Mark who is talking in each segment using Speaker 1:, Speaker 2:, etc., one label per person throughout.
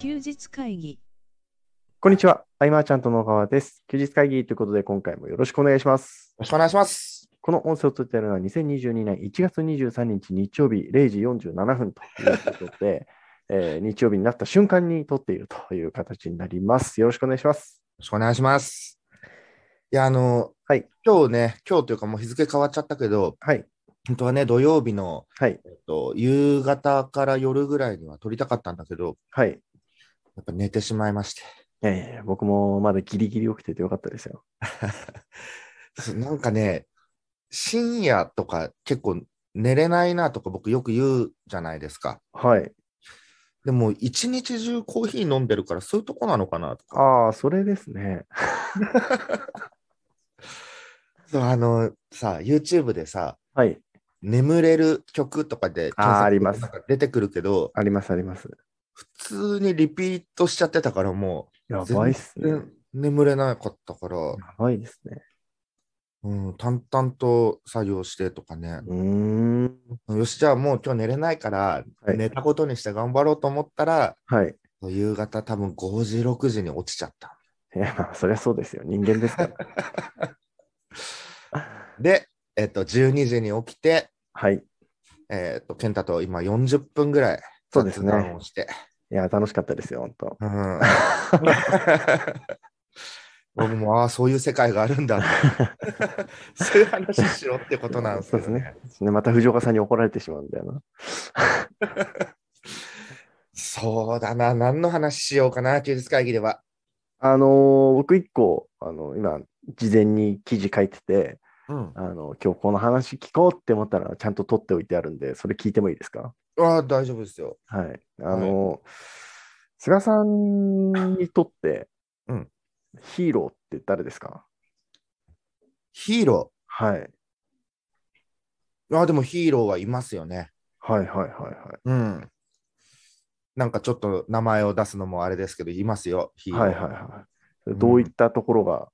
Speaker 1: 休日会議
Speaker 2: こんにちは。アイマーちゃんと野川です。休日会議ということで、今回もよろしくお願いします。
Speaker 3: ろしくお願いします。
Speaker 2: この音声を撮っているのは2022年1月23日日曜日0時47分ということで、 えー日曜日になった瞬間に撮っているという形になります。よろしくお願いします。
Speaker 3: よろしくお願いします。いや、あの、
Speaker 2: はい
Speaker 3: 今日ね、今日というかもう日付変わっちゃったけど、
Speaker 2: はい。
Speaker 3: 本当はね、土曜日の、
Speaker 2: はい。
Speaker 3: えっと、夕方から夜ぐらいには撮りたかったんだけど、
Speaker 2: はい。
Speaker 3: やっぱ寝てしまいまして。
Speaker 2: えー僕もまだギリギリ起きててよかったですよ。
Speaker 3: そうなんかね、深夜とか結構寝れないなとか僕よく言うじゃないですか。
Speaker 2: はい。
Speaker 3: でも一日中コーヒー飲んでるからそういうとこなのかなとか。
Speaker 2: ああ、それですね。
Speaker 3: そうあのさ、YouTube でさ、
Speaker 2: はい。
Speaker 3: 眠れる曲とかで
Speaker 2: あーあります
Speaker 3: 検索するとなんか出てくるけど、
Speaker 2: あります、あります。
Speaker 3: 普通にリピートしちゃってたからも
Speaker 2: やばいっす
Speaker 3: う、
Speaker 2: ね。
Speaker 3: 眠れなかったから、
Speaker 2: やばいですね。
Speaker 3: うん、淡々と作業してとかね、
Speaker 2: うーん。
Speaker 3: よしじゃあもう今日寝れないから、
Speaker 2: はい
Speaker 3: 寝たことにして頑張ろうと思ったら
Speaker 2: はい。
Speaker 3: 夕方多分5時6時に落ちちゃった
Speaker 2: いや、まあそりゃそうですよ。人間ですから。
Speaker 3: で、えっと、12時に起きて、
Speaker 2: はい。い
Speaker 3: えっと健太と今40分ぐらい
Speaker 2: そうですね
Speaker 3: 雑談をして、
Speaker 2: や、楽しかったですよ、本当。
Speaker 3: うん 僕もああそういう世界があるん だってそういう話しろってことなんですけど
Speaker 2: そう
Speaker 3: ね
Speaker 2: で。ね。また藤岡さんに怒られてしまうんだよな。
Speaker 3: そうだな、何の話しようかな、休日会議では。
Speaker 2: あのー僕一個、あの今、事前に記事書いてて、
Speaker 3: うん、
Speaker 2: あの今日この話聞こうって思ったら、ちゃんと取っておいてあるんで、それ聞いてもいいですか
Speaker 3: ああ、大丈夫ですよ。
Speaker 2: はい。あのー菅さんにとって、
Speaker 3: うん
Speaker 2: ヒーローって誰ですか
Speaker 3: ヒーロ
Speaker 2: はい。
Speaker 3: ー。ああ、でもヒーローはいますよね。
Speaker 2: はいはいはいは
Speaker 3: うん。なんかちょっと名前を出すのもあれですけど、いますよ、ヒ
Speaker 2: い。
Speaker 3: ーロー。
Speaker 2: はいはいはい。どういったところが、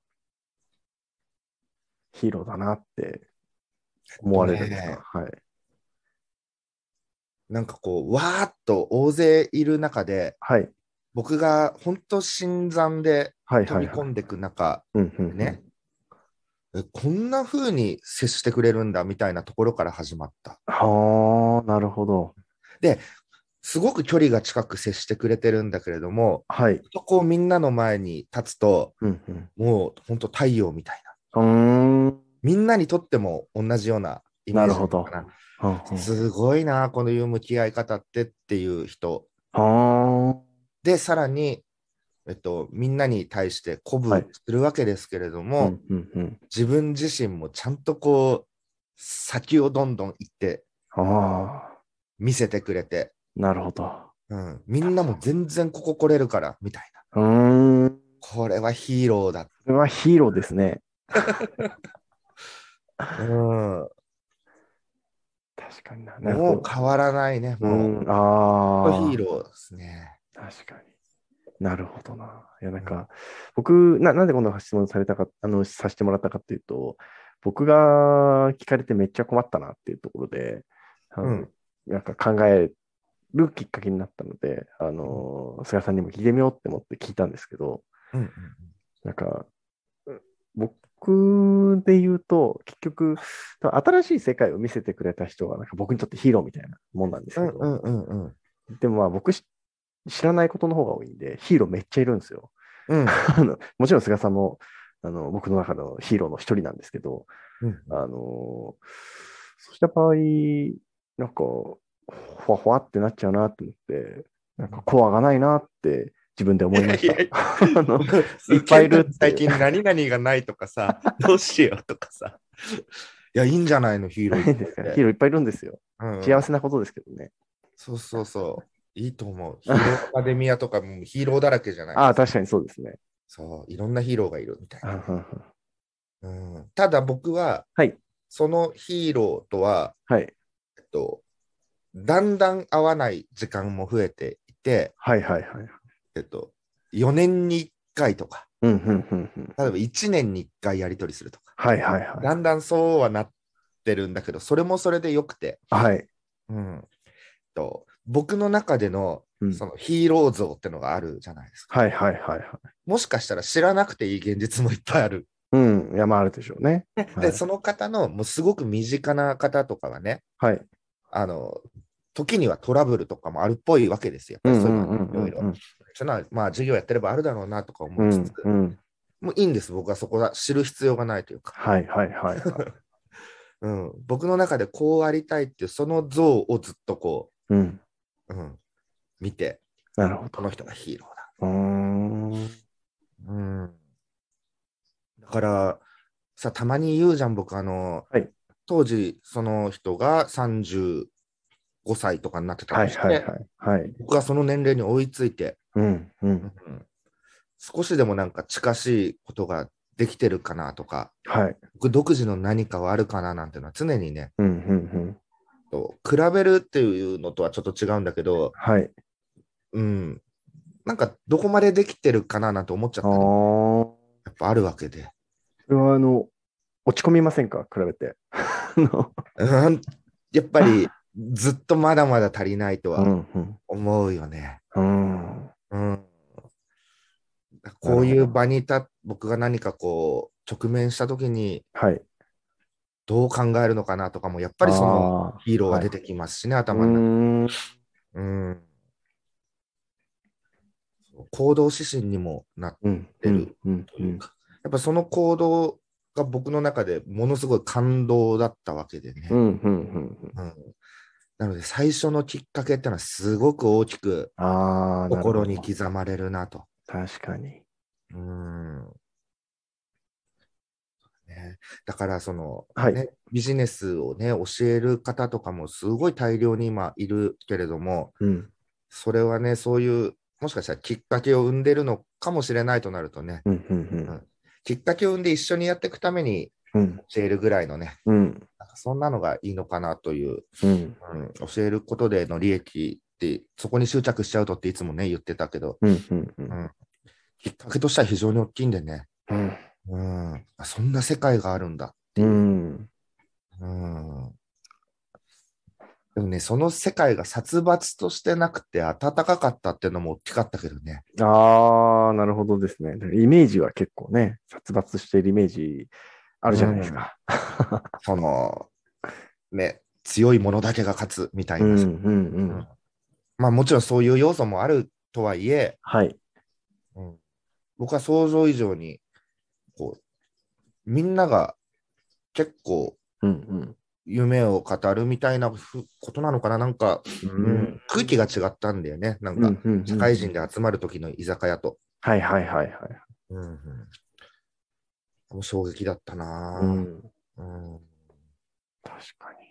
Speaker 2: ヒーローだなって思われるんですか、
Speaker 3: えっ
Speaker 2: はい。
Speaker 3: なんかこう、わーっと大勢いる中で、
Speaker 2: はい。
Speaker 3: 僕が本当、新参で
Speaker 2: はい
Speaker 3: 飛
Speaker 2: はい、
Speaker 3: び
Speaker 2: は
Speaker 3: 込
Speaker 2: い。
Speaker 3: んでく中、
Speaker 2: うんうんうん
Speaker 3: ね。えこんな風に接してくれるんだみたいなところから始まった。
Speaker 2: はあ、なるほど。
Speaker 3: すごく距離が近く接してくれてるんだけれども、
Speaker 2: はい。
Speaker 3: とこうみんなの前に立つと、
Speaker 2: うんうん。
Speaker 3: もう本当太陽みたいな。
Speaker 2: うーん。うん
Speaker 3: みんなにとっても同じようなイメージのか
Speaker 2: な
Speaker 3: な。
Speaker 2: うん
Speaker 3: すごいな、このいう向き合い方ってっていう人。
Speaker 2: は
Speaker 3: で、さらに、えっと、みんなに対して鼓
Speaker 2: はい
Speaker 3: 舞するわけですけれど
Speaker 2: あ。
Speaker 3: も、
Speaker 2: うんうんうん。
Speaker 3: 自分自身もちゃんとこう、先をどんどん行って、
Speaker 2: ああ、
Speaker 3: 見せてくれて、
Speaker 2: なるほど。
Speaker 3: うん、みんなも全然ここ来れるから、みたいな。
Speaker 2: うーん。
Speaker 3: これはヒーローだ。
Speaker 2: それはヒーローですね。
Speaker 3: うん、
Speaker 2: 確かにな。なる
Speaker 3: も
Speaker 2: ほ
Speaker 3: う
Speaker 2: ど。
Speaker 3: 変わらないね、
Speaker 2: う
Speaker 3: もう。
Speaker 2: ん、ああ。
Speaker 3: ヒーローですね。
Speaker 2: 確かに。なるほどな。いや、なんか、僕な、なんでこんな質問されたか、あの、させてもらったかっていうと、僕が聞かれてめっちゃ困ったなっていうところで、あの
Speaker 3: うん
Speaker 2: なんか考えるきっかけになったので、あの、菅さんにも聞いてみようって思って聞いたんですけど、
Speaker 3: うんうん
Speaker 2: なんか、う僕で言うと、結局、新しい世界を見せてくれた人が、なんか僕にとってヒーローみたいなもんなんです
Speaker 3: う
Speaker 2: け
Speaker 3: ん
Speaker 2: ど、
Speaker 3: うんうんうん
Speaker 2: でもまあ僕し知らないことの方が多いんで、ヒーローめっちゃいるんですよ。
Speaker 3: うん
Speaker 2: あのもちろん菅さんもあの僕の中のヒーローの一人なんですけど、
Speaker 3: うん
Speaker 2: あのーそうした場合、なんか、ほわほわってなっちゃうなって思って、なんかコアがないなって自分で思いました。
Speaker 3: いやいや
Speaker 2: あ の
Speaker 3: い
Speaker 2: っぱいいるって
Speaker 3: 最近何々がないとか さ、どうしようとかさ。いや、いいんじゃないの、ヒーロ
Speaker 2: な
Speaker 3: ー
Speaker 2: い
Speaker 3: いっ
Speaker 2: んですか
Speaker 3: ぱい
Speaker 2: ヒーローいっぱいいるんですよ。
Speaker 3: うん
Speaker 2: 幸せなことですけどね。
Speaker 3: そうそうそう。いいと思う。ヒーローアカデミアとか もうヒーローだらけじゃない。
Speaker 2: ああ、確かにそうですね。
Speaker 3: そう、いろんなヒーローがいるみたい
Speaker 2: うんう
Speaker 3: な。
Speaker 2: んうん
Speaker 3: うん、ただ僕は、
Speaker 2: はい
Speaker 3: そのヒーローとは、
Speaker 2: はい。
Speaker 3: えっと、だんだん会わない時間も増えていて、
Speaker 2: はいはいはい。
Speaker 3: えっと、4年に1回とか、
Speaker 2: うんうんうんうん。
Speaker 3: 例えば1年に1回やり取りするとか。
Speaker 2: はいはいは
Speaker 3: だんだんそうはなってるんだけど、それもそれでよくて、
Speaker 2: い。はい。
Speaker 3: うんと僕の中での
Speaker 2: うん
Speaker 3: そのヒーロー像ってのがあるじゃないですか。
Speaker 2: はいはいはいはい。
Speaker 3: もしかしたら知らなくていい現実もいっぱいある。
Speaker 2: うん、山あるでしょうね。は
Speaker 3: で、
Speaker 2: い。
Speaker 3: その方のもうすごく身近な方とかはね、
Speaker 2: はい。
Speaker 3: あの、時にはトラブルとかもあるっぽいわけですよ。
Speaker 2: う
Speaker 3: やっ
Speaker 2: ん
Speaker 3: ぱ
Speaker 2: う
Speaker 3: りそう
Speaker 2: うんうん
Speaker 3: いうんのがいろいろ。そんな、まあ、授業やってればあるだろうなとか
Speaker 2: う
Speaker 3: 思いつ
Speaker 2: ん
Speaker 3: つ、
Speaker 2: うん。
Speaker 3: もういいんです、僕はそこは知る必要がないというか、
Speaker 2: はいはいはい。
Speaker 3: うん、僕の中でこうありたいっていう、その像をずっとこ
Speaker 2: うん。
Speaker 3: う、うん、見て、
Speaker 2: なるほ
Speaker 3: こ
Speaker 2: ど。
Speaker 3: の人がヒーローだ。
Speaker 2: うーん。
Speaker 3: うん、だから、さ、たまに言うじゃん、僕、あの、
Speaker 2: はい
Speaker 3: 当時、その人が35歳とかになってた
Speaker 2: はい
Speaker 3: りして、
Speaker 2: はいはい。はい。
Speaker 3: 僕がその年齢に追いついて、
Speaker 2: うんうん。
Speaker 3: うん少しでもなんか近しいことができてるかなとか、
Speaker 2: はい。
Speaker 3: 僕独自の何かはあるかななんていうのは常にね、
Speaker 2: うんうんうん。
Speaker 3: と比べるっていうのとはちょっと違うんだけど、
Speaker 2: はい。
Speaker 3: うん、なんかどこまでできてるかななんて思っちゃっ
Speaker 2: あ
Speaker 3: た
Speaker 2: あ。
Speaker 3: り
Speaker 2: そ
Speaker 3: やっぱあるわけで。
Speaker 2: れはあの、落ち込みませんか比べ て。あの
Speaker 3: うん、やっぱ りずっとまだまだ足りないと
Speaker 2: う
Speaker 3: は
Speaker 2: んうん。
Speaker 3: 思うよね。
Speaker 2: うん。
Speaker 3: うん、こういう場にいた僕が何かこう直面した時に
Speaker 2: はい。
Speaker 3: どう考えるのかなとかもやっぱりその
Speaker 2: あー、
Speaker 3: ヒーローは出てきますしね、
Speaker 2: う
Speaker 3: 頭の中に
Speaker 2: ーん。
Speaker 3: うんそう行動指針にもなっ
Speaker 2: うん。
Speaker 3: てる
Speaker 2: うん。
Speaker 3: と
Speaker 2: う。
Speaker 3: いうんか、やっぱその行動が僕の中でものすごい感動だったわけでね。
Speaker 2: うん。うん。うん。
Speaker 3: うんなので最初のきっかけってのはすごく大きく
Speaker 2: ああ、なるほど
Speaker 3: 心に刻まれるなと。
Speaker 2: 確かに。
Speaker 3: うんね、だからその、
Speaker 2: はい
Speaker 3: ね、ビジネスをね教える方とかもすごい大量に今いるけれども、
Speaker 2: うん。
Speaker 3: それはね、そういう、もしかしたらきっかけを生んでるのかもしれないとなるとね、
Speaker 2: うん。うん。
Speaker 3: きっかけを生んで一緒にやっていくために
Speaker 2: うん。
Speaker 3: 教えるぐらいのね、
Speaker 2: うん。
Speaker 3: なんかそんなのがいいのかなという、
Speaker 2: うん。
Speaker 3: うん、教えることでの利益って、そこに執着しちゃうとっていつもね、言ってたけど、
Speaker 2: うん。うん。うん。
Speaker 3: きっかけとしては非常に大きいんでね、
Speaker 2: うん。
Speaker 3: うん、あそんな世界があるんだ。
Speaker 2: うん。
Speaker 3: うんでもね、その世界が殺伐としてなくて暖かかったっていうのも大きかったけどね。
Speaker 2: ああ、なるほどですね。イメージは結構ね、殺伐しているイメージあるじゃないですか。
Speaker 3: その、ね、強いものだけが勝つみたい
Speaker 2: うん。
Speaker 3: な
Speaker 2: う
Speaker 3: さ、
Speaker 2: ん。うん。
Speaker 3: まあもちろんそういう要素もあるとはいえ、
Speaker 2: はい。
Speaker 3: 僕は想像以上に、こう、みんなが結構
Speaker 2: うん。
Speaker 3: 夢を語るみたいなふことなのかな、なんか、
Speaker 2: うん。
Speaker 3: うん空気が違ったんだよね、な
Speaker 2: うん
Speaker 3: か、
Speaker 2: ん。
Speaker 3: 社会人で。集まる時の居酒屋と。
Speaker 2: はいはいはいはい。
Speaker 3: もう衝撃だったな
Speaker 2: う
Speaker 3: ぁ、
Speaker 2: ん。
Speaker 3: うん
Speaker 2: 確かに。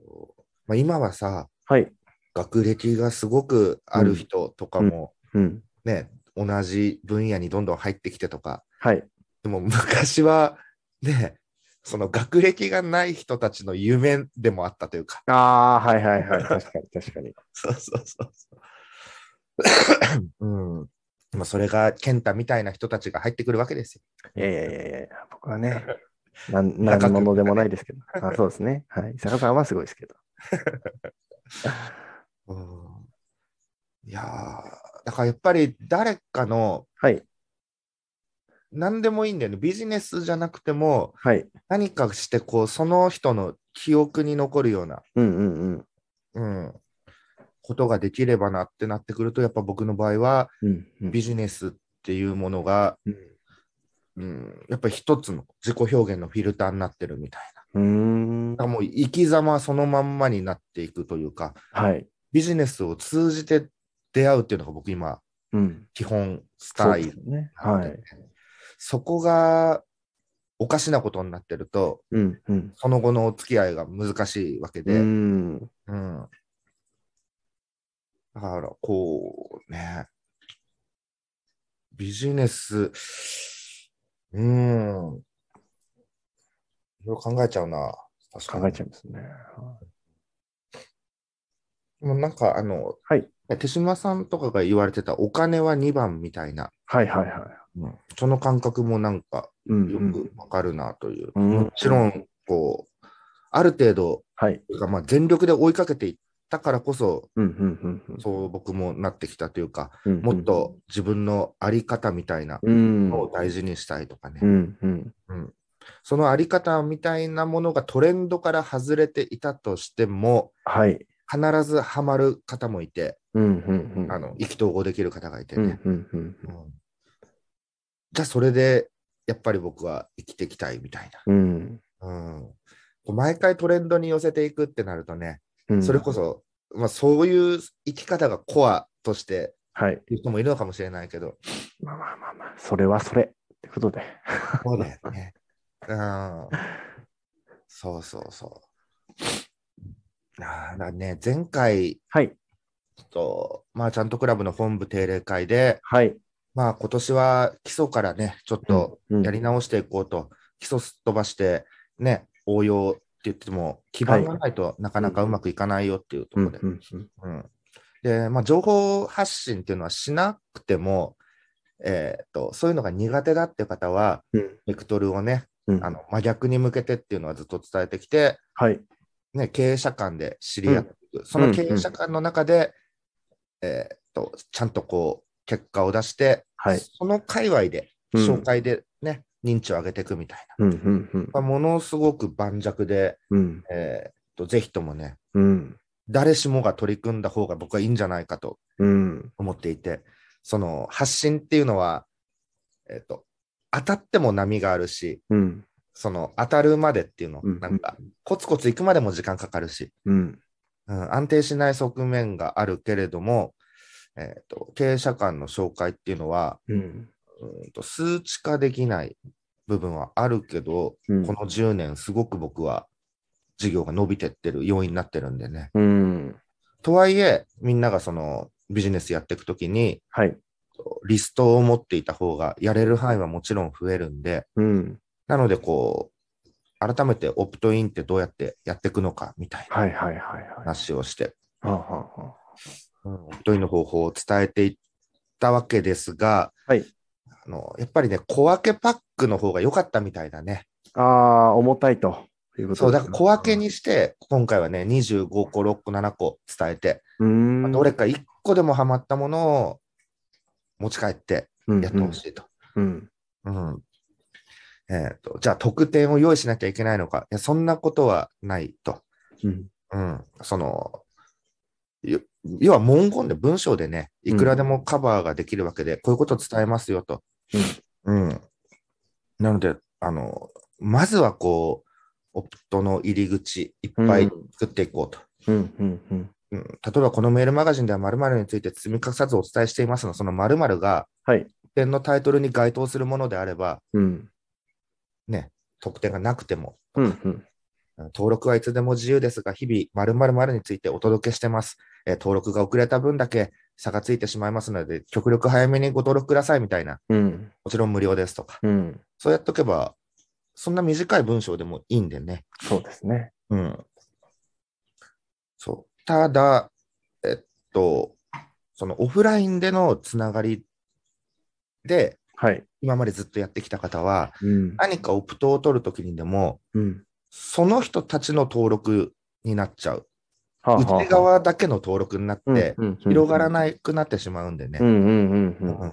Speaker 3: そうまあ、今はさ、
Speaker 2: はい。
Speaker 3: 学歴がすごくある人とかも、
Speaker 2: うん。
Speaker 3: ね、同じ分野にどんどん入ってきてとか、
Speaker 2: はい。
Speaker 3: でも昔はね、その学歴がない人たちの夢でもあったというか。
Speaker 2: ああ、はいはい はい。確かに確かに。
Speaker 3: そうそうそうそう。 うん。でもそれが健太みたいな人たちが入ってくるわけですよ。
Speaker 2: いやいやいやいや、僕は ね、なん
Speaker 3: 中
Speaker 2: 何
Speaker 3: 君
Speaker 2: 者でもないですけど。あそうですね。はい。坂さんはすごいですけど。
Speaker 3: うん、いやーだからやっぱり誰かの
Speaker 2: はい。
Speaker 3: 何でもいいんだよね。ビジネスじゃなくても
Speaker 2: はい。
Speaker 3: 何かしてこうその人の記憶に残るような
Speaker 2: うんうんうん。
Speaker 3: うん、ことができればなってなってくると、やっぱ僕の場合は、
Speaker 2: うんうん
Speaker 3: ビジネスっていうものが、
Speaker 2: うん
Speaker 3: うん、やっぱり一つの自己表現のフィルターになってるみたいう
Speaker 2: ーん
Speaker 3: な。だからもう生き様そのまんまになっていくというか、
Speaker 2: はい。
Speaker 3: ビジネスを通じて出会うっていうのが僕今、
Speaker 2: うん。
Speaker 3: 基本ス
Speaker 2: そ
Speaker 3: タ
Speaker 2: う
Speaker 3: イ
Speaker 2: です
Speaker 3: ル
Speaker 2: よね。
Speaker 3: なの
Speaker 2: は
Speaker 3: で、
Speaker 2: い。
Speaker 3: そこがおかしなことになってると、
Speaker 2: うんうん。
Speaker 3: その後のお付き合いが難しいわけで、
Speaker 2: うん。
Speaker 3: うん。だから、こうね、ビジネス、うん。いろいろ考えちゃうな。確かに
Speaker 2: 考えちゃいますね。
Speaker 3: もうなんか、あの、
Speaker 2: はい
Speaker 3: 手島さんとかが言われてたお金は2番みたいな、
Speaker 2: はいはいはい。
Speaker 3: その感覚もなんか
Speaker 2: う
Speaker 3: よ
Speaker 2: ん
Speaker 3: くわかるなという。
Speaker 2: うん。
Speaker 3: もちろ
Speaker 2: うん。
Speaker 3: ん、こう、ある程度、
Speaker 2: はい。
Speaker 3: まあ、全力で追いかけていっったからこそ、
Speaker 2: うんうんうんうん
Speaker 3: そう僕もなってきたというか、
Speaker 2: うんうん
Speaker 3: もっと自分のあり方みたいな
Speaker 2: うん
Speaker 3: のを大事にしたいとかね、
Speaker 2: うんうん
Speaker 3: そのあり方みたいなものがトレンドから外れていたとしても、
Speaker 2: はい。
Speaker 3: 必ずハマる方もいて、
Speaker 2: うんうんうん。
Speaker 3: あの意気投合できる方がいて
Speaker 2: う
Speaker 3: ね、
Speaker 2: んうんうん
Speaker 3: うんじゃあそれでやっぱり僕は生きていきたいみたい
Speaker 2: うん。
Speaker 3: な、うん、こう毎回トレンドに寄せていくってなるとね、
Speaker 2: うん。
Speaker 3: それこそ、まあ、そういう生き方がコアとして
Speaker 2: はい。
Speaker 3: いう人もいるのかもしれないけど、
Speaker 2: まあまあまあまあ、それはそれ。ってことで。
Speaker 3: そうだよね。うん。そうそうそう。あーだからね、前回
Speaker 2: はい。
Speaker 3: と、まあ、ちゃんとクラブの本部定例会で、
Speaker 2: はい。
Speaker 3: まあ、今年は基礎からね、ちょっと
Speaker 2: うん
Speaker 3: やり直していこうと、基礎すっ飛ばして、ね、応用って言っても、基盤がないとなかなかうまくいかないよっていうとこ
Speaker 2: う
Speaker 3: ろ
Speaker 2: ん
Speaker 3: で。
Speaker 2: うんうん。
Speaker 3: うん、で、まあ、情報発信っていうのはしなくても、えーっとそういうのが苦手だっていう方は、
Speaker 2: うん
Speaker 3: ベクトルをね、
Speaker 2: うん
Speaker 3: あの真逆に向けてっていうのはずっと伝えてきて、
Speaker 2: はい。
Speaker 3: ね、経営者間で知り合っていく、その経営者間の中で、えーっとちゃんとこう結果を出して、
Speaker 2: はい。
Speaker 3: その界隈で、
Speaker 2: うん
Speaker 3: 紹介でね、認知を上げていくみたいな。
Speaker 2: うんうんうん
Speaker 3: まあものすごく盤石で、
Speaker 2: うん
Speaker 3: えーっとぜひともね、
Speaker 2: うん
Speaker 3: 誰しもが取り組んだ方が僕はいいんじゃないかと
Speaker 2: うん
Speaker 3: 思っていて、その発信っていうのは、えっ、と、当たっても波があるし、
Speaker 2: うん
Speaker 3: その当たるまでっていうの、
Speaker 2: うん
Speaker 3: なんか、コツコツ行くまでも時間かかるし、
Speaker 2: うん
Speaker 3: うん、安定しない側面があるけれども、えっ、と、経営者間の紹介っていうのは、
Speaker 2: うん
Speaker 3: うんと数値化できない部分はあるけど、
Speaker 2: うん
Speaker 3: この10年、すごく僕は、事業が伸びてってる要因になってるんでね。
Speaker 2: うん
Speaker 3: とはいえ、みんながそのビジネスやっていくときに、
Speaker 2: はい
Speaker 3: リストを持っていた方が、やれる範囲はもちろん増えるんで、
Speaker 2: うん
Speaker 3: なので、こう、改めてオプトインってどうやってやっていくのかみたいな
Speaker 2: はいはいはいはい
Speaker 3: 話をして、
Speaker 2: はあはあはあ
Speaker 3: うんオプトインの方法を伝えていったわけですが、
Speaker 2: はい
Speaker 3: あのやっぱりね、小分けパックの方が良かったみたいだね。
Speaker 2: あー重たいということ
Speaker 3: そう、だ
Speaker 2: で
Speaker 3: か
Speaker 2: すね
Speaker 3: ら小分けにして、今回はね、25個、6個、7個伝えて、
Speaker 2: うーん
Speaker 3: どれか1個でもハマったものを持ち帰ってやってほしいと。
Speaker 2: うん
Speaker 3: うん。えっ、と、じゃあ特典を用意しなきゃいけないのか。いや、そんなことはないと。
Speaker 2: うん
Speaker 3: うん。その、よ要は文言で文章でね、いくらでもカバーができるわけで、こういうことを伝えますよと。うん。なので、あの、まずはこう、オプトの入り口いっぱい作っていこうと。
Speaker 2: うんうんうん
Speaker 3: うん例えばこのメールマガジンでは〇〇について積み隠さずお伝えしていますの、その〇〇が、
Speaker 2: はい
Speaker 3: 点のタイトルに該当するものであれば、
Speaker 2: うん
Speaker 3: ね、特典がなくても、
Speaker 2: うんうん
Speaker 3: 登録はいつでも自由ですが、日々、〇〇についてお届けしてます、えー登録が遅れた分だけ差がついてしまいますので、極力早めにご登録くださいみたいな、
Speaker 2: うん
Speaker 3: もちろん無料ですとか、
Speaker 2: うん
Speaker 3: そうやっとけば、そんな短い文章でもいいんでね。
Speaker 2: そうですね
Speaker 3: うん。そう。ただ、えっと、そのオフラインでのつながりで、
Speaker 2: はい
Speaker 3: 今までずっとやってきた方は、
Speaker 2: うん
Speaker 3: 何かオプトを取るときにでも、
Speaker 2: うん
Speaker 3: その人たちの登録になっちゃう。
Speaker 2: はあはあはあ
Speaker 3: 内側だけの登録になって、
Speaker 2: うんうんうん
Speaker 3: 広がらなくなってしまうんでね。
Speaker 2: うんうんうんう
Speaker 3: うんん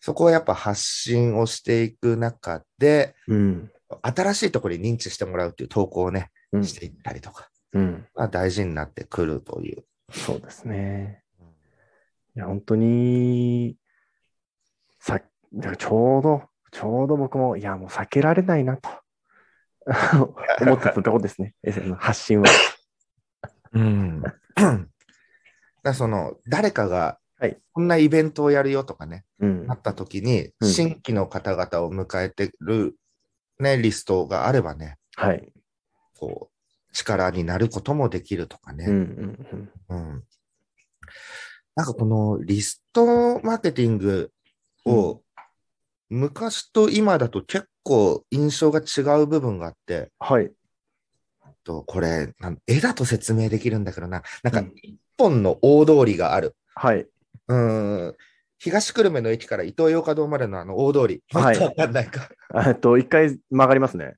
Speaker 3: そこはやっぱ発信をしていく中で、
Speaker 2: うん
Speaker 3: 新しいところに認知してもらうっていう投稿をね、
Speaker 2: うん
Speaker 3: していったりとか、
Speaker 2: うん
Speaker 3: まあ、大事になってくるという。
Speaker 2: そうですねいや、本当に、さ、なんかちょうど、ちょうど僕も、いや、もう避けられないなと 思ってたところですね、 えその発信は。
Speaker 3: うん。 だからその、誰かが
Speaker 2: はい、
Speaker 3: こんなイベントをやるよとかね、
Speaker 2: うん
Speaker 3: な、った時に、
Speaker 2: うん
Speaker 3: 新規の方々を迎えてる、ね、リストがあればね、
Speaker 2: はい、
Speaker 3: こう、力になることもできるとか
Speaker 2: うん
Speaker 3: ね。
Speaker 2: うん
Speaker 3: うん。なんかこのリストマーケティングを、昔と今だと結構印象が違う部分があって、
Speaker 2: うん、はい、
Speaker 3: とこれなん絵だと説明できるんだけどな、なん
Speaker 2: う
Speaker 3: か
Speaker 2: ん
Speaker 3: 一本の大通りがある。
Speaker 2: はい、
Speaker 3: うん。東久留米の駅から伊東洋華堂までのあの大通り。
Speaker 2: はい
Speaker 3: もっとわかんないか。
Speaker 2: えっと、一回曲がりますね。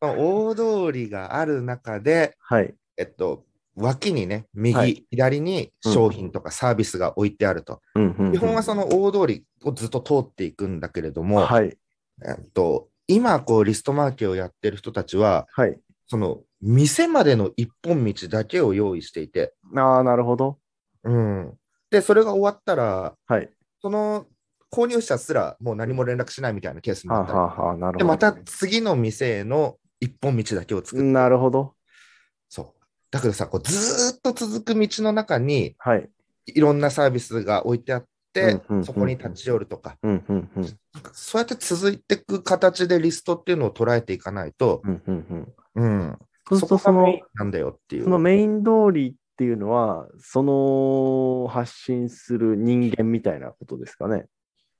Speaker 3: 大通りがある中で、
Speaker 2: はい、
Speaker 3: えっと、脇にね、右、
Speaker 2: はい
Speaker 3: 左に商品とかサービスが置いてあると。
Speaker 2: うんうんうん
Speaker 3: 基本はその大通りをずっと通っていくんだけれども、
Speaker 2: はい。
Speaker 3: えっと、今、こう、リストマーケをやってる人たちは、
Speaker 2: はい。
Speaker 3: その、店までの一本道だけを用意していて、
Speaker 2: ああ、なるほど。
Speaker 3: うん。で、それが終わったら、
Speaker 2: はい。
Speaker 3: その、購入者すらもう何も連絡しないみたいなケースに
Speaker 2: はあ
Speaker 3: なったり
Speaker 2: はあはあ、なるほど。
Speaker 3: で、また次の店への一本道だけを作る。
Speaker 2: なるほど。
Speaker 3: そう。だけどさ、こうずーっと続く道の中に、
Speaker 2: はい。
Speaker 3: いろんなサービスが置いてあって、
Speaker 2: うんうんうん
Speaker 3: そこに立ち寄るとか、
Speaker 2: うんうんうん。
Speaker 3: なんかそうやって続いていく形でリストっていうのを捉えていかないと、
Speaker 2: うんうんうん。
Speaker 3: うん、
Speaker 2: そうすると、そ
Speaker 3: こがメ
Speaker 2: の
Speaker 3: イン、なんだよっていう。
Speaker 2: そのメイン通りっていうのは、その発信する人間みたいなことですかね。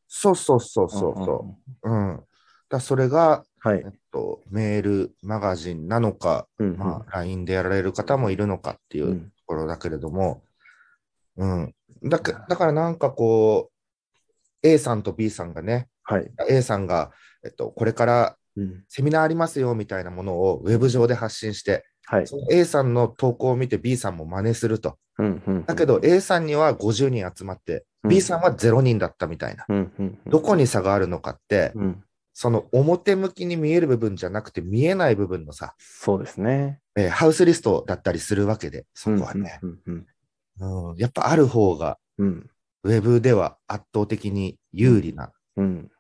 Speaker 3: そうそうそうそうそ
Speaker 2: んん
Speaker 3: う。うん。だからそれが、
Speaker 2: はい
Speaker 3: え。っと、メール、マガジンなのか、
Speaker 2: うんうん
Speaker 3: まあ、LINE でやられる方もいるのかっていううと
Speaker 2: ん
Speaker 3: ころだけれども、うん。だけだからなんかこう、A さんと B さんがね、
Speaker 2: はい。
Speaker 3: A さんが、えっと、これから
Speaker 2: うん
Speaker 3: セミナーありますよみたいなものをウェブ上で発信して、
Speaker 2: はい。
Speaker 3: その A さんの投稿を見て B さんも真似すると。
Speaker 2: うんうんうん
Speaker 3: だけど A さんには50人集まって、
Speaker 2: うん
Speaker 3: B さんは0人だったみたいな。
Speaker 2: うんうんうん
Speaker 3: どこに差があるのかって、
Speaker 2: うん
Speaker 3: その表向きに見える部分じゃなくて見えない部分のさ、
Speaker 2: そうですね。
Speaker 3: えーハウスリストだったりするわけで、そこはね。
Speaker 2: うんうん
Speaker 3: うん、やっぱある方が
Speaker 2: うんうん
Speaker 3: ウェブでは圧倒的に有利な
Speaker 2: うん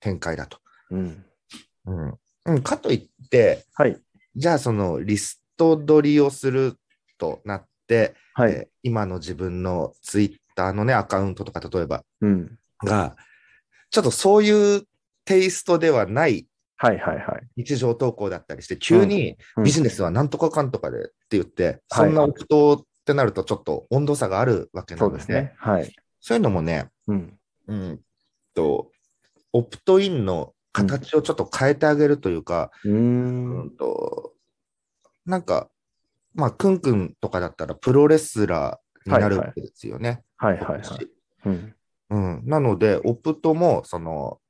Speaker 3: 展開だと。
Speaker 2: うん
Speaker 3: うんうん、かといって、
Speaker 2: はい。
Speaker 3: じゃあそのリスト取りをするとなって、
Speaker 2: は
Speaker 3: え
Speaker 2: い。
Speaker 3: ー今の自分のツイッターのね、アカウントとか例えば
Speaker 2: うん。
Speaker 3: が、ちょっとそういうテイストではない
Speaker 2: はいはいはい。
Speaker 3: 日常投稿だったりして、急に
Speaker 2: うん
Speaker 3: ビジネスはなんとかかんとかでって言って、
Speaker 2: はい
Speaker 3: そんな奥党ってなるとちょっと温度差があるわけな
Speaker 2: そ
Speaker 3: の
Speaker 2: う
Speaker 3: で、
Speaker 2: ですね。はい。
Speaker 3: そういうのもね、
Speaker 2: うん。
Speaker 3: うんと、オプトインの形をちょっと変えてあげるというか、
Speaker 2: うーん。
Speaker 3: うんと、なんか、まあ、くんくんとかだったらプロレスラーになるわけですよね。
Speaker 2: はいはいはい。うん。
Speaker 3: うん、なので、オプトも、その、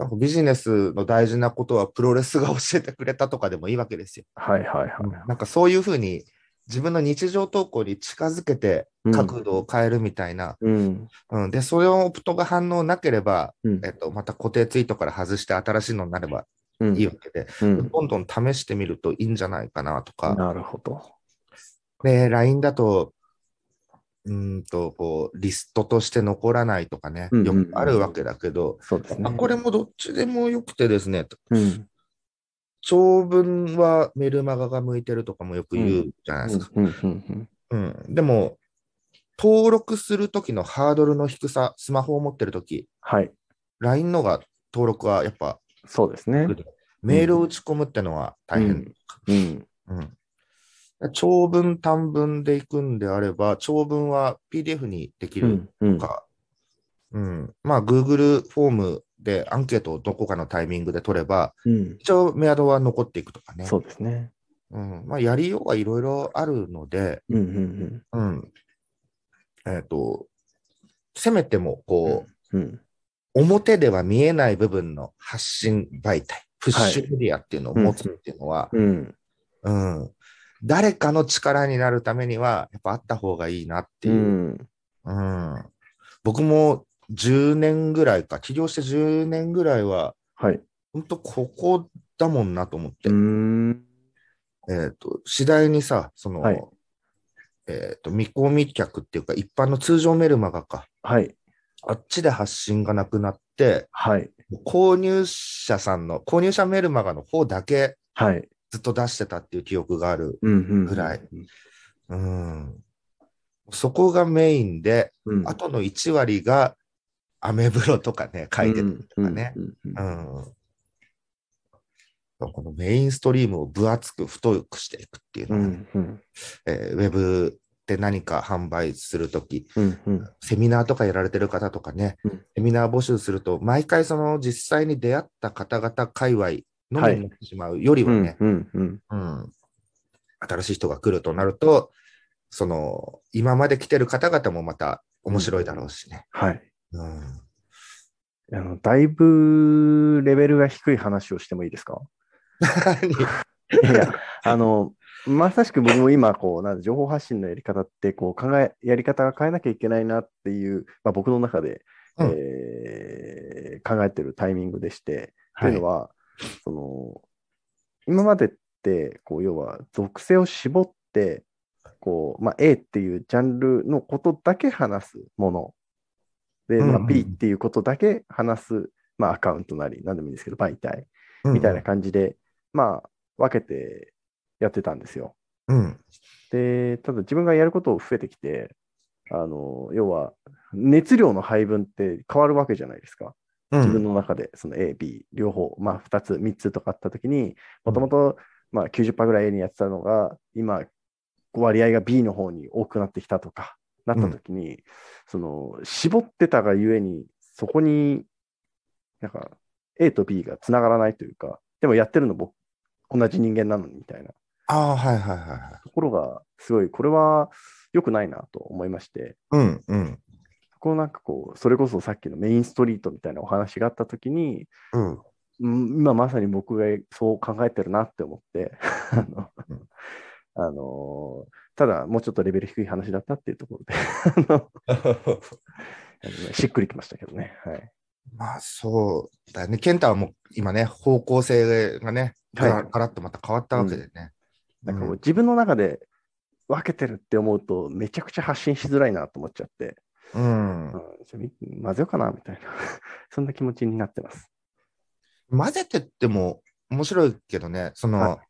Speaker 3: なんかビジネスの大事なことはプロレスが教えてくれたとかでもいいわけですよ。
Speaker 2: はいはいはい。
Speaker 3: なんかそういうふうに自分の日常投稿に近づけて
Speaker 2: うん
Speaker 3: 角度を変えるみたいな。
Speaker 2: うん。
Speaker 3: うん、で、それをオプトが反応なければ、
Speaker 2: うん
Speaker 3: えっと、また固定ツイートから外して新しいのになれば
Speaker 2: うん
Speaker 3: いいわけで、
Speaker 2: うん。
Speaker 3: どんどん試してみるといいんじゃないかなとか、
Speaker 2: なるほど。
Speaker 3: で、LINE だと、うーんと、こう、リストとして残らないとかね、
Speaker 2: うんうん
Speaker 3: よくあるわけだけど、
Speaker 2: そうですね。
Speaker 3: あこれもどっちでもよくてですね、
Speaker 2: うん。
Speaker 3: 長文はメルマガが向いてるとかもよく言うじゃないですか。
Speaker 2: うんうんうん
Speaker 3: うんでも、登録するときのハードルの低さ、スマホを持ってるとき、
Speaker 2: はい。
Speaker 3: LINE のが登録はやっぱ、
Speaker 2: そうですね。
Speaker 3: メールを打ち込むってのは大変。
Speaker 2: うん。
Speaker 3: うん長文、短文でいくんであれば、長文は PDF にでき
Speaker 2: う
Speaker 3: る
Speaker 2: ん。うん
Speaker 3: と。か、うんまあ、Google フォームでアンケートをどこかのタイミングで取れば、
Speaker 2: うん。
Speaker 3: 一応メアドは残っていくとかね。
Speaker 2: そうですね。
Speaker 3: うんまあ、やりようがいろいろあるので、
Speaker 2: うんうん
Speaker 3: うんえっとせめてもこ
Speaker 2: うん。うん。
Speaker 3: う、表では見えない部分の発信媒体、プッシュメディアっていうのを持つっていうのは、
Speaker 2: うん。
Speaker 3: うん誰かの力になるためには、やっぱあった方がいいなっていうう、
Speaker 2: ん。
Speaker 3: うん僕も10年ぐらいか、起業して10年ぐらいは、
Speaker 2: はい。
Speaker 3: 本当ここだもんなと思って。
Speaker 2: うん。
Speaker 3: えっと次第にさ、その、
Speaker 2: はい
Speaker 3: えっと見込み客っていうか、一般の通常メルマガか、
Speaker 2: はい。
Speaker 3: あっちで発信がなくなって、
Speaker 2: はい。
Speaker 3: 購入者さんの、購入者メルマガの方だけ
Speaker 2: はい。
Speaker 3: ずっと出してたっていう記憶がある。
Speaker 2: うんうん。
Speaker 3: ぐらい。うん。そこがメインで、
Speaker 2: うん。
Speaker 3: あとの1割がアメブロとかね、書いて
Speaker 2: う
Speaker 3: る
Speaker 2: ん
Speaker 3: とかね。。
Speaker 2: うんうん
Speaker 3: うん。このメインストリームを分厚く太くしていくっていう
Speaker 2: う
Speaker 3: のがね
Speaker 2: んうん
Speaker 3: えーウェブで何か販売するとき、
Speaker 2: うんうん
Speaker 3: セミナーとかやられてる方とかね、
Speaker 2: うん
Speaker 3: セミナー募集すると、毎回その実際に出会った方々界隈のみになってしまうよりはね、
Speaker 2: うんうん
Speaker 3: うん新しい人が来るとなると、その今まで来てる方々もまた面白いだろうしね。
Speaker 2: はい
Speaker 3: うん
Speaker 2: あのだいぶレベルが低い話をしてもいいですか
Speaker 3: 何
Speaker 2: いやいやあのまさしく僕も今、こう、なんだ情報発信のやり方って、こう、考え、やり方が変えなきゃいけないなっていう、まあ、僕の中で、
Speaker 3: うん
Speaker 2: えー考えてるタイミングでして、
Speaker 3: は
Speaker 2: という
Speaker 3: い
Speaker 2: の。は、その、今までって、こう、要は、属性を絞って、こう、まあ、A っていうジャンルのことだけ話すもの。で、まあ
Speaker 3: うんうん
Speaker 2: B っていうことだけ話す、まあ、アカウントなり、なんでもいいんですけど、媒体
Speaker 3: うん
Speaker 2: みたいな。感じで、まあ、分けてやってたんですよ。
Speaker 3: うん。
Speaker 2: で、ただ自分がやること増えてきて、あの、要は、熱量の配分って変わるわけじゃないですか。
Speaker 3: うん
Speaker 2: 自分の中で、その A、B、両方、まあ、2つ、3つとかあったときに、もともと、まあ、90%ぐらい A にやってたのが、今、割合が B の方に多くなってきたとか、なったときに、その、絞ってたがゆえに、そこに、なんか、A と B がつながらないというか、でもやってるの僕、同じ人間なのにみたいな。
Speaker 3: ああ、はいはいはいはい。
Speaker 2: ところが、すごい、これは良くないなと思いまして、
Speaker 3: うんうん。
Speaker 2: そこをなんかこう、それこそさっきのメインストリートみたいなお話があったときに、
Speaker 3: うん。
Speaker 2: うん今まさに僕がそう考えてるなって思って、あの
Speaker 3: うん、
Speaker 2: あのただ、もうちょっとレベル低い話だったっていうところ で、あのしっくりきましたけどね。はい。
Speaker 3: まあそうだね。健太はもう今ね、方向性がね、
Speaker 2: はい
Speaker 3: ガラガラッとまた変わったわけでね。
Speaker 2: なんかこう
Speaker 3: うん
Speaker 2: 自分の中で分けてるって思うと、めちゃくちゃ発信しづらいなと思っちゃって、
Speaker 3: うん
Speaker 2: うん、じゃあみ混ぜようかなみたいな、 そんな気持ちになってます。
Speaker 3: 混ぜてっても面白いけどね、そ
Speaker 2: は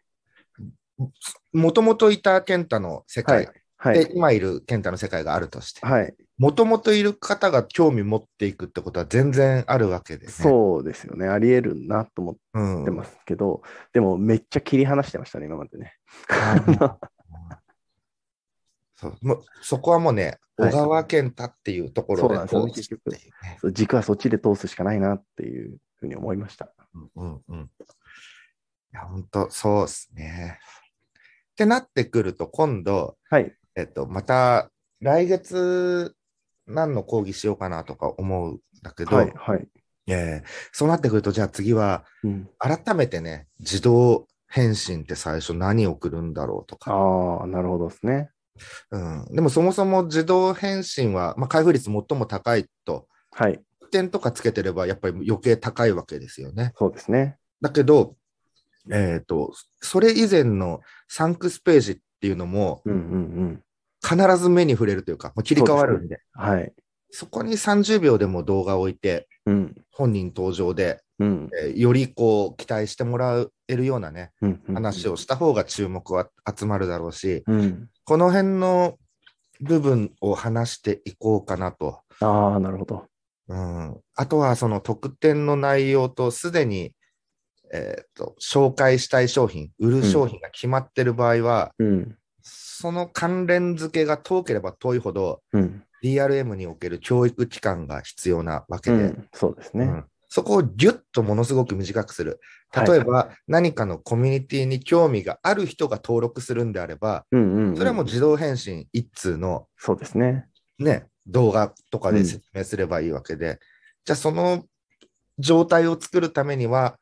Speaker 3: の、もともといた健太の世界、
Speaker 2: はい。
Speaker 3: で、今いる健太の世界があるとして、
Speaker 2: はい。
Speaker 3: もともといる方が興味持っていくってことは全然あるわけでね。
Speaker 2: そうですよね。ありえるなと思っ
Speaker 3: う。ん
Speaker 2: て。ますけど、でもめっちゃ切り離してましたね、今までね。
Speaker 3: あのそうもうそこはもうね、
Speaker 2: は
Speaker 3: 小
Speaker 2: い
Speaker 3: 川健太っていうところ
Speaker 2: そう
Speaker 3: で
Speaker 2: なんですよ
Speaker 3: こう
Speaker 2: 結
Speaker 3: 切っ
Speaker 2: 局
Speaker 3: ていうね。
Speaker 2: そう軸はそっちで通すしかないなっていうふうに思いました。
Speaker 3: うんうんうん。いや、本当そうですね。ってなってくると、今度、
Speaker 2: はい。
Speaker 3: えっと、また来月、何の講義しようかなとか思うんだけど、
Speaker 2: はい。はい。
Speaker 3: えーそうなってくると、じゃあ次は、
Speaker 2: うん、
Speaker 3: 改めてね、自動返信って最初何送るんだろうとか、
Speaker 2: ああ、なるほどですね。
Speaker 3: うん、でもそもそも自動返信は、まあ、開封率最も高いと、
Speaker 2: はい。
Speaker 3: 点とかつけてれば、やっぱり余計高いわけですよね。
Speaker 2: そうですね。
Speaker 3: だけど、えっ、と、それ以前のサンクスページっていうのも、
Speaker 2: うんうんうん。
Speaker 3: 必ず目に触れるというか、もう切り替わるんで、
Speaker 2: はい。
Speaker 3: そこに30秒でも動画を置いて、
Speaker 2: うん。
Speaker 3: 本人登場で、
Speaker 2: うん。
Speaker 3: えーよりこう、期待してもらえるようなね、
Speaker 2: うんうん、
Speaker 3: 話をした方が注目は集まるだろうし、
Speaker 2: うん。
Speaker 3: この辺の部分を話していこうかなと。
Speaker 2: ああ、なるほど。
Speaker 3: うん、あとは、その特典の内容と、すでに、えっ、と、紹介したい商品、売る商品が決まってる場合は、
Speaker 2: うん。
Speaker 3: その関連付けが遠ければ遠いほど、
Speaker 2: うん。
Speaker 3: DRM における教育機関が必要なわけ
Speaker 2: う
Speaker 3: で、
Speaker 2: ん、そうですね。
Speaker 3: うんそこをギュッとものすごく短くする。
Speaker 2: はい
Speaker 3: 例えば、何かのコミュニティに興味がある人が登録するんであれば、
Speaker 2: うんうん、うん。
Speaker 3: それはもう自動返信一通の
Speaker 2: そうですね。
Speaker 3: ね、動画とか
Speaker 2: うん
Speaker 3: で説明すればいいわけで、じゃあその状態を作るためには、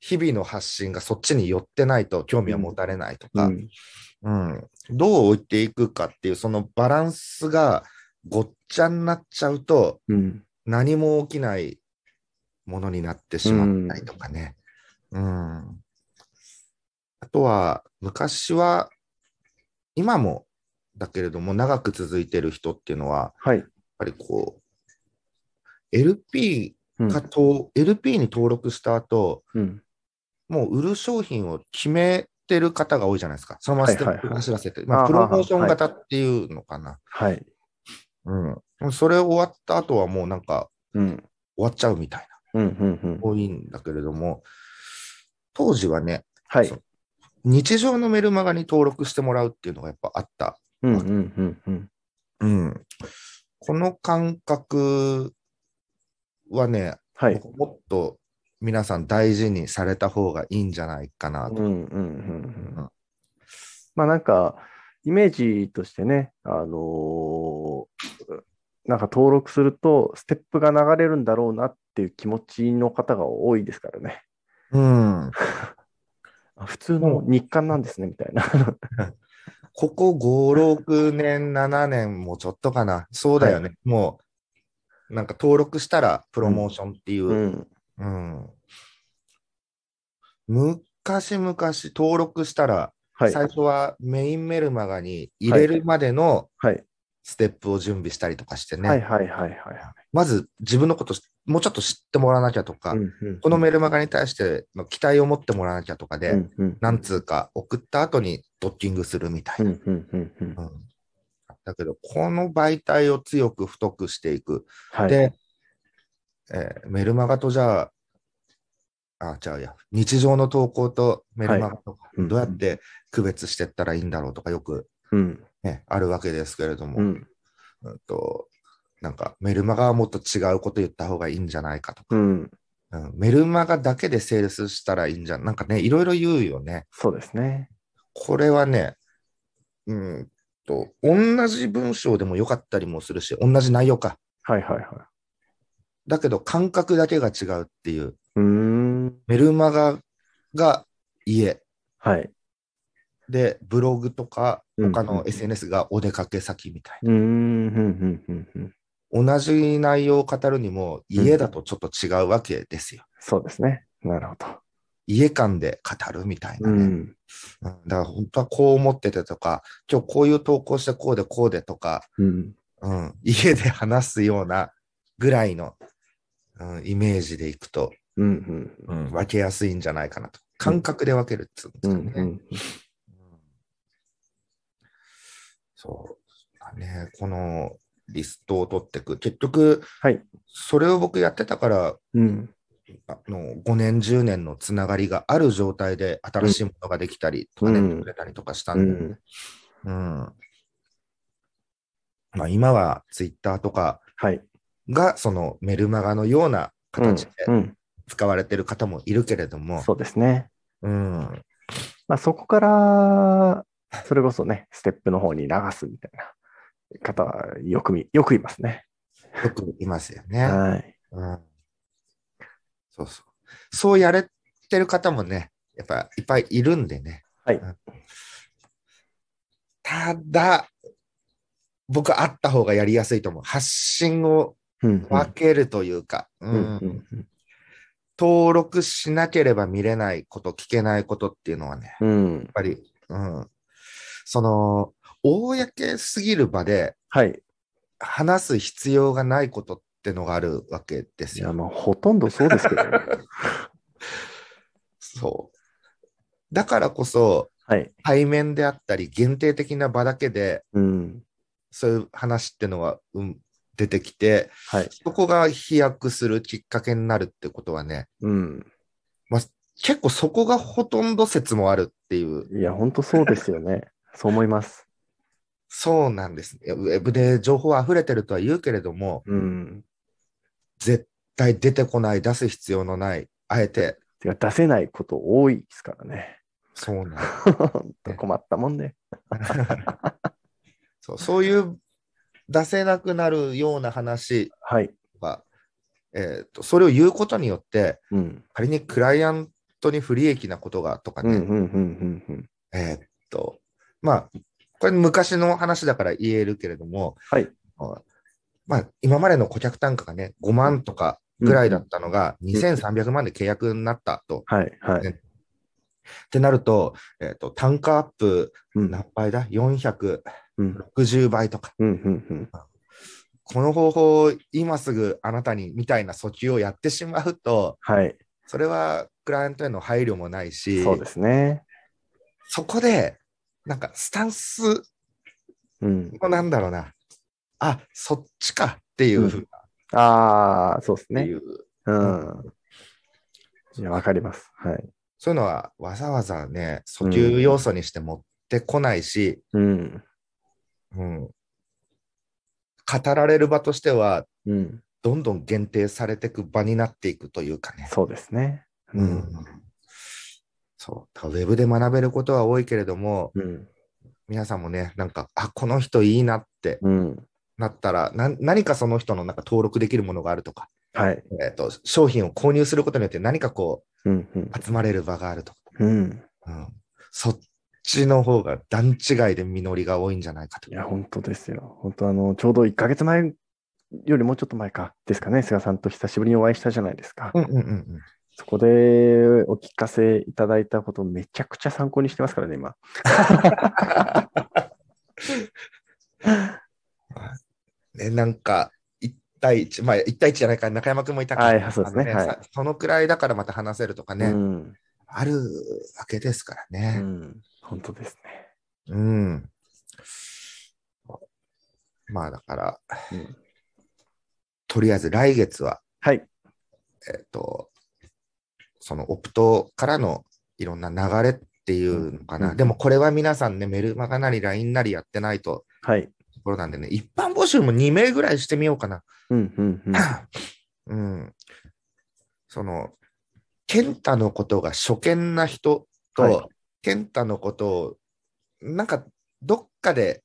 Speaker 3: 日々の発信がそっちに寄ってないと興味は持たれないとか、
Speaker 2: うん。
Speaker 3: うん、どう置いていくかっていうそのバランスがごっちゃになっちゃうと
Speaker 2: うん。
Speaker 3: 何も起きないものになってしまったりとかね。うんあとは昔は今もだけれども長く続いてる人っていうのはやっ
Speaker 2: はい。
Speaker 3: ぱりこう LP
Speaker 2: うん
Speaker 3: がと、LP に登録した後
Speaker 2: うん。
Speaker 3: もう売る商品を決めてる方が多いじゃないですか。そのままステップ
Speaker 2: はいはいはい
Speaker 3: 走らせて。
Speaker 2: あ
Speaker 3: ま
Speaker 2: ー
Speaker 3: あ、プロモーション型っていうのかな。
Speaker 2: はい。
Speaker 3: うん。それ終わった後はもうなんか
Speaker 2: うん。
Speaker 3: 終わっちゃうみたいな、
Speaker 2: うん。うん。うん。
Speaker 3: 多いんだけれども、当時はね、
Speaker 2: はい
Speaker 3: そ。日常のメルマガに登録してもらうっていうのがやっぱあった。
Speaker 2: うん。うん。うん。うん。
Speaker 3: うん。この感覚はね、
Speaker 2: はい。
Speaker 3: 僕もっと皆さん大事にされた方がいいんじゃないかなと。
Speaker 2: うんうんうんうん
Speaker 3: うん
Speaker 2: まあなんか、イメージとしてね、あのーなんか登録すると、ステップが流れるんだろうなっていう気持ちの方が多いですからね。
Speaker 3: うん。
Speaker 2: あ普通の日刊なんですね、みたいな。
Speaker 3: ここ5、6年、7年もちょっとかな。そうだよね。もう、なんか登録したらプロモーションっていう。う。
Speaker 2: うんん。
Speaker 3: 昔々登録したら、
Speaker 2: はい。
Speaker 3: 最初はメインメルマガに入れるまでの
Speaker 2: はい。
Speaker 3: ステップを準備したりとかしてね。
Speaker 2: はいはいはいは
Speaker 3: まず自分のことしもうちょっと知ってもらわなきゃとか、
Speaker 2: い。うんうん
Speaker 3: このメルマガに対しての期待を持ってもらわなきゃとかで、
Speaker 2: うんうん
Speaker 3: 何通か送った後にドッキングするみたいな
Speaker 2: う。んうんうんうん
Speaker 3: うんだけど、この媒体を強く太くしていく。
Speaker 2: はい。
Speaker 3: で、えーメルマガとじゃあ、あ、じゃあいや、日常の投稿とメルマガとか、
Speaker 2: いうん
Speaker 3: どうやって区別していったらいいんだろうとか、よく、
Speaker 2: うん。
Speaker 3: ね、あるわけですけれども、
Speaker 2: うん。
Speaker 3: うんと、なんかメルマガはもっと違うこと言った方がいいんじゃないかとか、
Speaker 2: うん。
Speaker 3: うんメルマガだけでセールスしたらいいんじゃなんかね、いろいろ言うよね。
Speaker 2: そうですね。
Speaker 3: これはね、うーんと、同じ文章でもよかったりもするし、同じ内容か。
Speaker 2: はいはいはい。
Speaker 3: だけど感覚だけが違うっていう。
Speaker 2: うーん。
Speaker 3: メルマガが家
Speaker 2: はい。
Speaker 3: で、ブログとか
Speaker 2: うん
Speaker 3: 他の SNS がお出かけ先みたいな。
Speaker 2: うーん。うんうんうんうん
Speaker 3: 同じ内容を語るにも家だとちょっと違うわけですよ。
Speaker 2: そうですね。なるほど。
Speaker 3: 家間で語るみたいな
Speaker 2: う
Speaker 3: ね。
Speaker 2: ん。
Speaker 3: うんだから本当はこう思っててとか、今日こういう投稿してこうでこうでとか、
Speaker 2: うん。
Speaker 3: うん、家で話すようなぐらいの、うん、イメージでいくと、
Speaker 2: うんうん。
Speaker 3: うん、分けやすいんじゃないかなと。感覚で分けるっつう
Speaker 2: うん
Speaker 3: ですかね。
Speaker 2: ん
Speaker 3: うんそうだね。このリストを取っていく。結局、
Speaker 2: はい
Speaker 3: それを僕やってたから、
Speaker 2: うん。うん。
Speaker 3: あの5年、10年のつながりがある状態で新しいものができたりとかね、
Speaker 2: うん
Speaker 3: 作れたりとかした
Speaker 2: うん
Speaker 3: で、
Speaker 2: ん。
Speaker 3: うんまあ、今はツイッターとか、
Speaker 2: はい。
Speaker 3: がそのメルマガのような形で
Speaker 2: うん。
Speaker 3: 使われてる方もいるけれども、
Speaker 2: そうですね。
Speaker 3: うん
Speaker 2: まあ、そこから、それこそね、ステップの方に流すみたいな方はよくみ、よくいますね。
Speaker 3: よくいますよ ね、
Speaker 2: はい。
Speaker 3: うん。そうそう。そうやれてる方もね、やっぱいっぱいいるんでね。
Speaker 2: はい
Speaker 3: うんただ、僕あった方がやりやすいと思う。発信を
Speaker 2: うん
Speaker 3: 分けるというか、
Speaker 2: う。
Speaker 3: うん
Speaker 2: うんん。うん
Speaker 3: 登録しなければ見れないこと、聞けないことっていうのはね、
Speaker 2: うん
Speaker 3: やっ。ぱり、うん。その、公すぎる場で
Speaker 2: はい。
Speaker 3: 話す必要がないことってのがあるわけです
Speaker 2: いや、
Speaker 3: よ。
Speaker 2: まあ、ほとんどそうですけどね。
Speaker 3: そう。だからこそ、
Speaker 2: はい。
Speaker 3: 対面であったり、限定的な場だけで、
Speaker 2: うん。
Speaker 3: そういう話ってのは、うん、出てきて、
Speaker 2: はい。
Speaker 3: そこが飛躍するきっかけになるってことはね、
Speaker 2: うん。
Speaker 3: 結構そこがほとんど説もあるっていう、
Speaker 2: いや、本当そうですよね。そう思います。
Speaker 3: そうなんです、ね。ウェブで情報は溢れてるとは言うけれども、
Speaker 2: うん。
Speaker 3: 絶対出てこない、出す必要のない、あえて、
Speaker 2: てか、出せないこと多いですからね。
Speaker 3: そう なん
Speaker 2: 本当困ったもんね。
Speaker 3: そうそういう出せなくなるような話
Speaker 2: はい。
Speaker 3: は、えーと、それを言うことによって、
Speaker 2: うん。
Speaker 3: 仮にクライアントに不利益なことがとか
Speaker 2: うん、
Speaker 3: ね、
Speaker 2: うん、うん、うん。
Speaker 3: えーっと、まあ、これ昔の話だから言えるけれども、
Speaker 2: はい
Speaker 3: まあ、今までの顧客単価がね、5万とかぐらいだったのが、2300万で契約になったと。
Speaker 2: うん。はい、はい。
Speaker 3: ってなると、えーっと、単価アップ
Speaker 2: うん、
Speaker 3: 何倍だ ?460
Speaker 2: うん、
Speaker 3: 倍とか。
Speaker 2: うん、うん、
Speaker 3: この方法を今すぐあなたにみたいな訴求をやってしまうと、
Speaker 2: はい。
Speaker 3: それはクライアントへの配慮もないし、
Speaker 2: そうですね。
Speaker 3: そこで、なんかスタンス
Speaker 2: うん。
Speaker 3: のなんだろうな、あ、そっちかっていうふう
Speaker 2: ああ、そうです
Speaker 3: な、っ
Speaker 2: ね
Speaker 3: て。いう
Speaker 2: うん。いや、わかります。はい。
Speaker 3: そういうのはわざわざね、訴求要素にして持ってこないし、
Speaker 2: うん。
Speaker 3: うん語られる場としては、
Speaker 2: うん。
Speaker 3: どんどん限定されていく場になっていくというかね。
Speaker 2: そうですね。
Speaker 3: う。んそう。だからウェブで学べることは多いけれども、
Speaker 2: うん。
Speaker 3: 皆さんもね、なんか、あ、この人いいなって
Speaker 2: うん。
Speaker 3: なったら、な何かその人のなんか登録できるものがあるとか、
Speaker 2: はい。
Speaker 3: えっ、と、商品を購入することによって何かこ
Speaker 2: うん、うん
Speaker 3: う、集まれる場があるとか、
Speaker 2: うん。
Speaker 3: うん、そっちの方が段違いで実りが多いんじゃないかと。
Speaker 2: いや、本当ですよ。本当あの、ちょうど1ヶ月前よりもうちょっと前か、ですかね、菅さんと久しぶりにお会いしたじゃないですか。
Speaker 3: うんうんうんうん。
Speaker 2: そこでお聞かせいただいたこと、めちゃくちゃ参考にしてますからね、今。
Speaker 3: ね、なんか、1対1、まあ、1対1じゃないか、中山君もいたから、
Speaker 2: はいそうですね
Speaker 3: あの
Speaker 2: はい
Speaker 3: さそのくらいだからまた話せるとかね、
Speaker 2: うん。
Speaker 3: あるわけですから
Speaker 2: う
Speaker 3: ね。
Speaker 2: ん。本当ですね。
Speaker 3: うん。まあ、だから、
Speaker 2: うん
Speaker 3: とりあえず来月は、
Speaker 2: はい。
Speaker 3: えっ、と、そのオプトからのいろんな流れっていうのかな。
Speaker 2: うん
Speaker 3: でもこれは皆さんね、メルマガなり LINE なりやってないと
Speaker 2: はい。
Speaker 3: ところなんでね、一般募集も2名ぐらいしてみようかな。
Speaker 2: うん、うん、うん。
Speaker 3: うん、その、健太のことが初見な人と、
Speaker 2: はい
Speaker 3: 健太のことを、なんかどっかで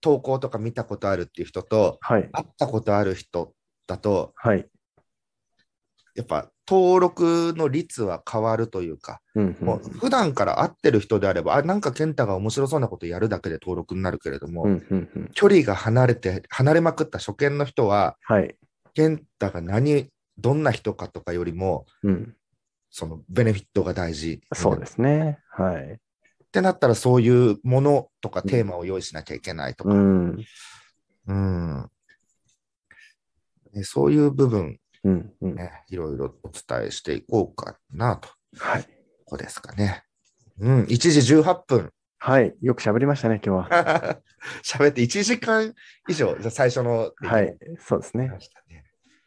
Speaker 3: 投稿とか見たことあるっていう人と、
Speaker 2: はい。
Speaker 3: 会ったことある人だと、
Speaker 2: はい。
Speaker 3: やっぱ登録の率は変わるというか、
Speaker 2: うん、うん。
Speaker 3: もう普段から会ってる人であれば、あ、なんか健太が面白そうなことやるだけで登録になるけれども、
Speaker 2: うん、うん、うん。
Speaker 3: 距離が離れて、離れまくった初見の人は、
Speaker 2: はい。
Speaker 3: 健太が何、どんな人かとかよりも、
Speaker 2: うん。
Speaker 3: そのベネフィットが大事。。
Speaker 2: そうですすね。はい。
Speaker 3: ってなったら、そういうものとかテーマを用意しなきゃいけないとか、
Speaker 2: うん。
Speaker 3: うんねそういう部分、
Speaker 2: うん、うん。
Speaker 3: ね、いろいろお伝えしていこうかなと、
Speaker 2: はい。
Speaker 3: ここですかね。うん、1時18分。
Speaker 2: はい。よく喋りましたね、今日は。
Speaker 3: 喋って1時間以上、じゃあ最初の。
Speaker 2: はい。。そうですね。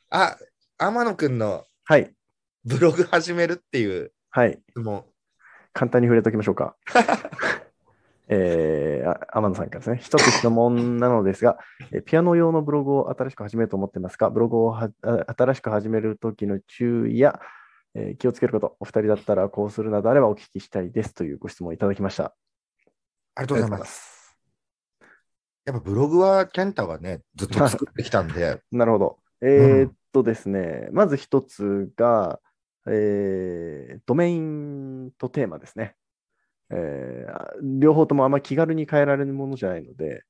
Speaker 3: あ、天野くんの
Speaker 2: はい。
Speaker 3: ブログ始めるっていう
Speaker 2: はい。
Speaker 3: 質問。
Speaker 2: 簡単に触れときましょう か。えー、あ天野さんからですね。一つ質問なのですが、えーピアノ用のブログを新しく始めると思ってますが、ブログをはあ新しく始めるときの注意や、えー気をつけること、お二人だったらこうするなどあればお聞きしたいですというご質問をいただきました。あ
Speaker 3: ありが
Speaker 2: り
Speaker 3: とうございます。
Speaker 2: す。
Speaker 3: やっぱブログは健太がね、ずっと作ってきたんで、
Speaker 2: なるほど。えーっとですね、まず一つが、えードメインとテーマですね、えーあ両方ともあんま気軽に変えられるものじゃないので、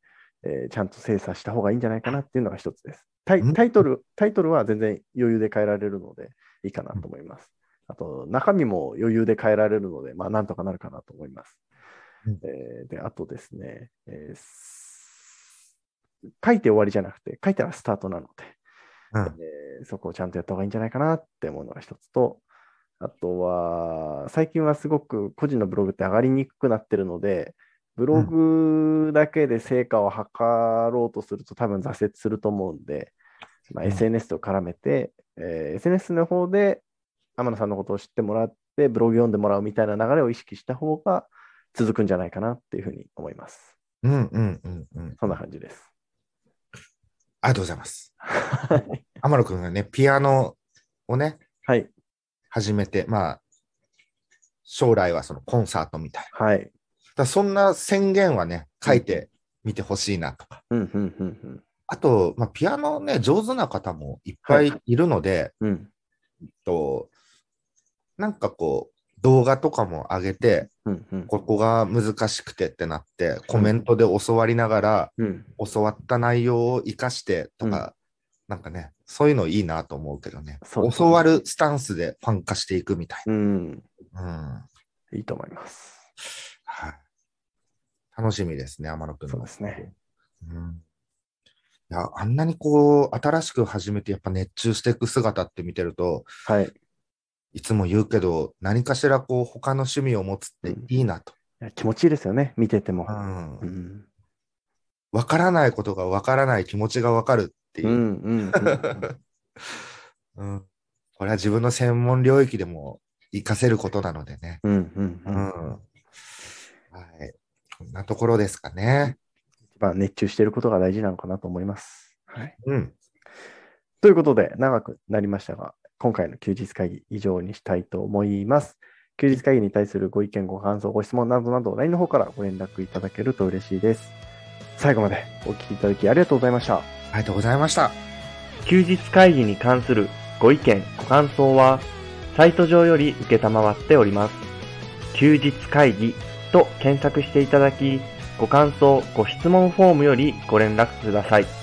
Speaker 2: えーちゃんと精査した方がいいんじゃないかなっていうのが一つです。タイ
Speaker 3: うん
Speaker 2: タイトルタイトルは全然余裕で変えられるのでいいかなと思います。あと、中身も余裕で変えられるので、まあ、なんとかなるかなと思います。
Speaker 3: うん
Speaker 2: えーで、あとですね、えーす書いて終わりじゃなくて、書いたらスタートなので、
Speaker 3: うん
Speaker 2: えーそこをちゃんとやった方がいいんじゃないかなって思うのが一つと、あとは、最近はすごく個人のブログって上がりにくくなってるので、ブログだけで成果を図ろうとすると多分挫折すると思うんで、まあ、
Speaker 3: うん
Speaker 2: SNS と絡めて、えー SNS の方で天野さんのことを知ってもらって、ブログ読んでもらうみたいな流れを意識した方が続くんじゃないかなっていうふうに思います。
Speaker 3: うんうんうんうん。
Speaker 2: そんな感じです。
Speaker 3: ありがとうございます。天野くんがね、ピアノをね、
Speaker 2: はい。
Speaker 3: 始めて、まあ、将来はそのコンサートみたいな。
Speaker 2: はい。
Speaker 3: だからそんな宣言はね、書いてみてほしいなとか。
Speaker 2: うん、うん、うん、
Speaker 3: あと、まあ、ピアノね、上手な方もいっぱいいるので、
Speaker 2: うん。うん、
Speaker 3: となんかこう、動画とかも上げて、
Speaker 2: うん、うん。
Speaker 3: ここが難しくてってなって、コメントで教わりながら、
Speaker 2: うん
Speaker 3: 教わった内容を生かしてとか、なんかね、そういうのいいなと思うけどね。
Speaker 2: そうですね
Speaker 3: 教わるスタンスでファン化していくみたい
Speaker 2: うん、
Speaker 3: な。うん。
Speaker 2: いいと思います。
Speaker 3: はい。楽しみですね、天野くんの。
Speaker 2: そうですね。
Speaker 3: うん。いや、あんなにこう、新しく始めてやっぱ熱中していく姿って見てると、
Speaker 2: はい。い
Speaker 3: いつも言うけど、何かしらこう、他の趣味を持つっていいなと。
Speaker 2: や気持ちいいですよね、見てても
Speaker 3: う。ん。わ、
Speaker 2: うん、
Speaker 3: からないことがわからない気持ちがわかるっていうう。
Speaker 2: ん、うん、
Speaker 3: うん、これは自分の専門領域でも活かせることなのでね。
Speaker 2: うん、うん、
Speaker 3: う。
Speaker 2: うんん。
Speaker 3: はい。こんなところですかね。
Speaker 2: 一番熱中していることが大事なのかなと思います。はい。
Speaker 3: うん。
Speaker 2: ということで、長くなりましたが、今回の休日会議、以上にしたいと思います。休日会議に対するご意見、ご感想、ご質問などなど、LINE の方からご連絡いただけると嬉しいです。最後までお聞きいただきありがとうございました。
Speaker 3: ありがとうございました。
Speaker 2: 休日会議に関するご意見、ご感想は、サイト上より受けたまわっております。休日会議と検索していただき、ご感想、ご質問フォームよりご連絡ください。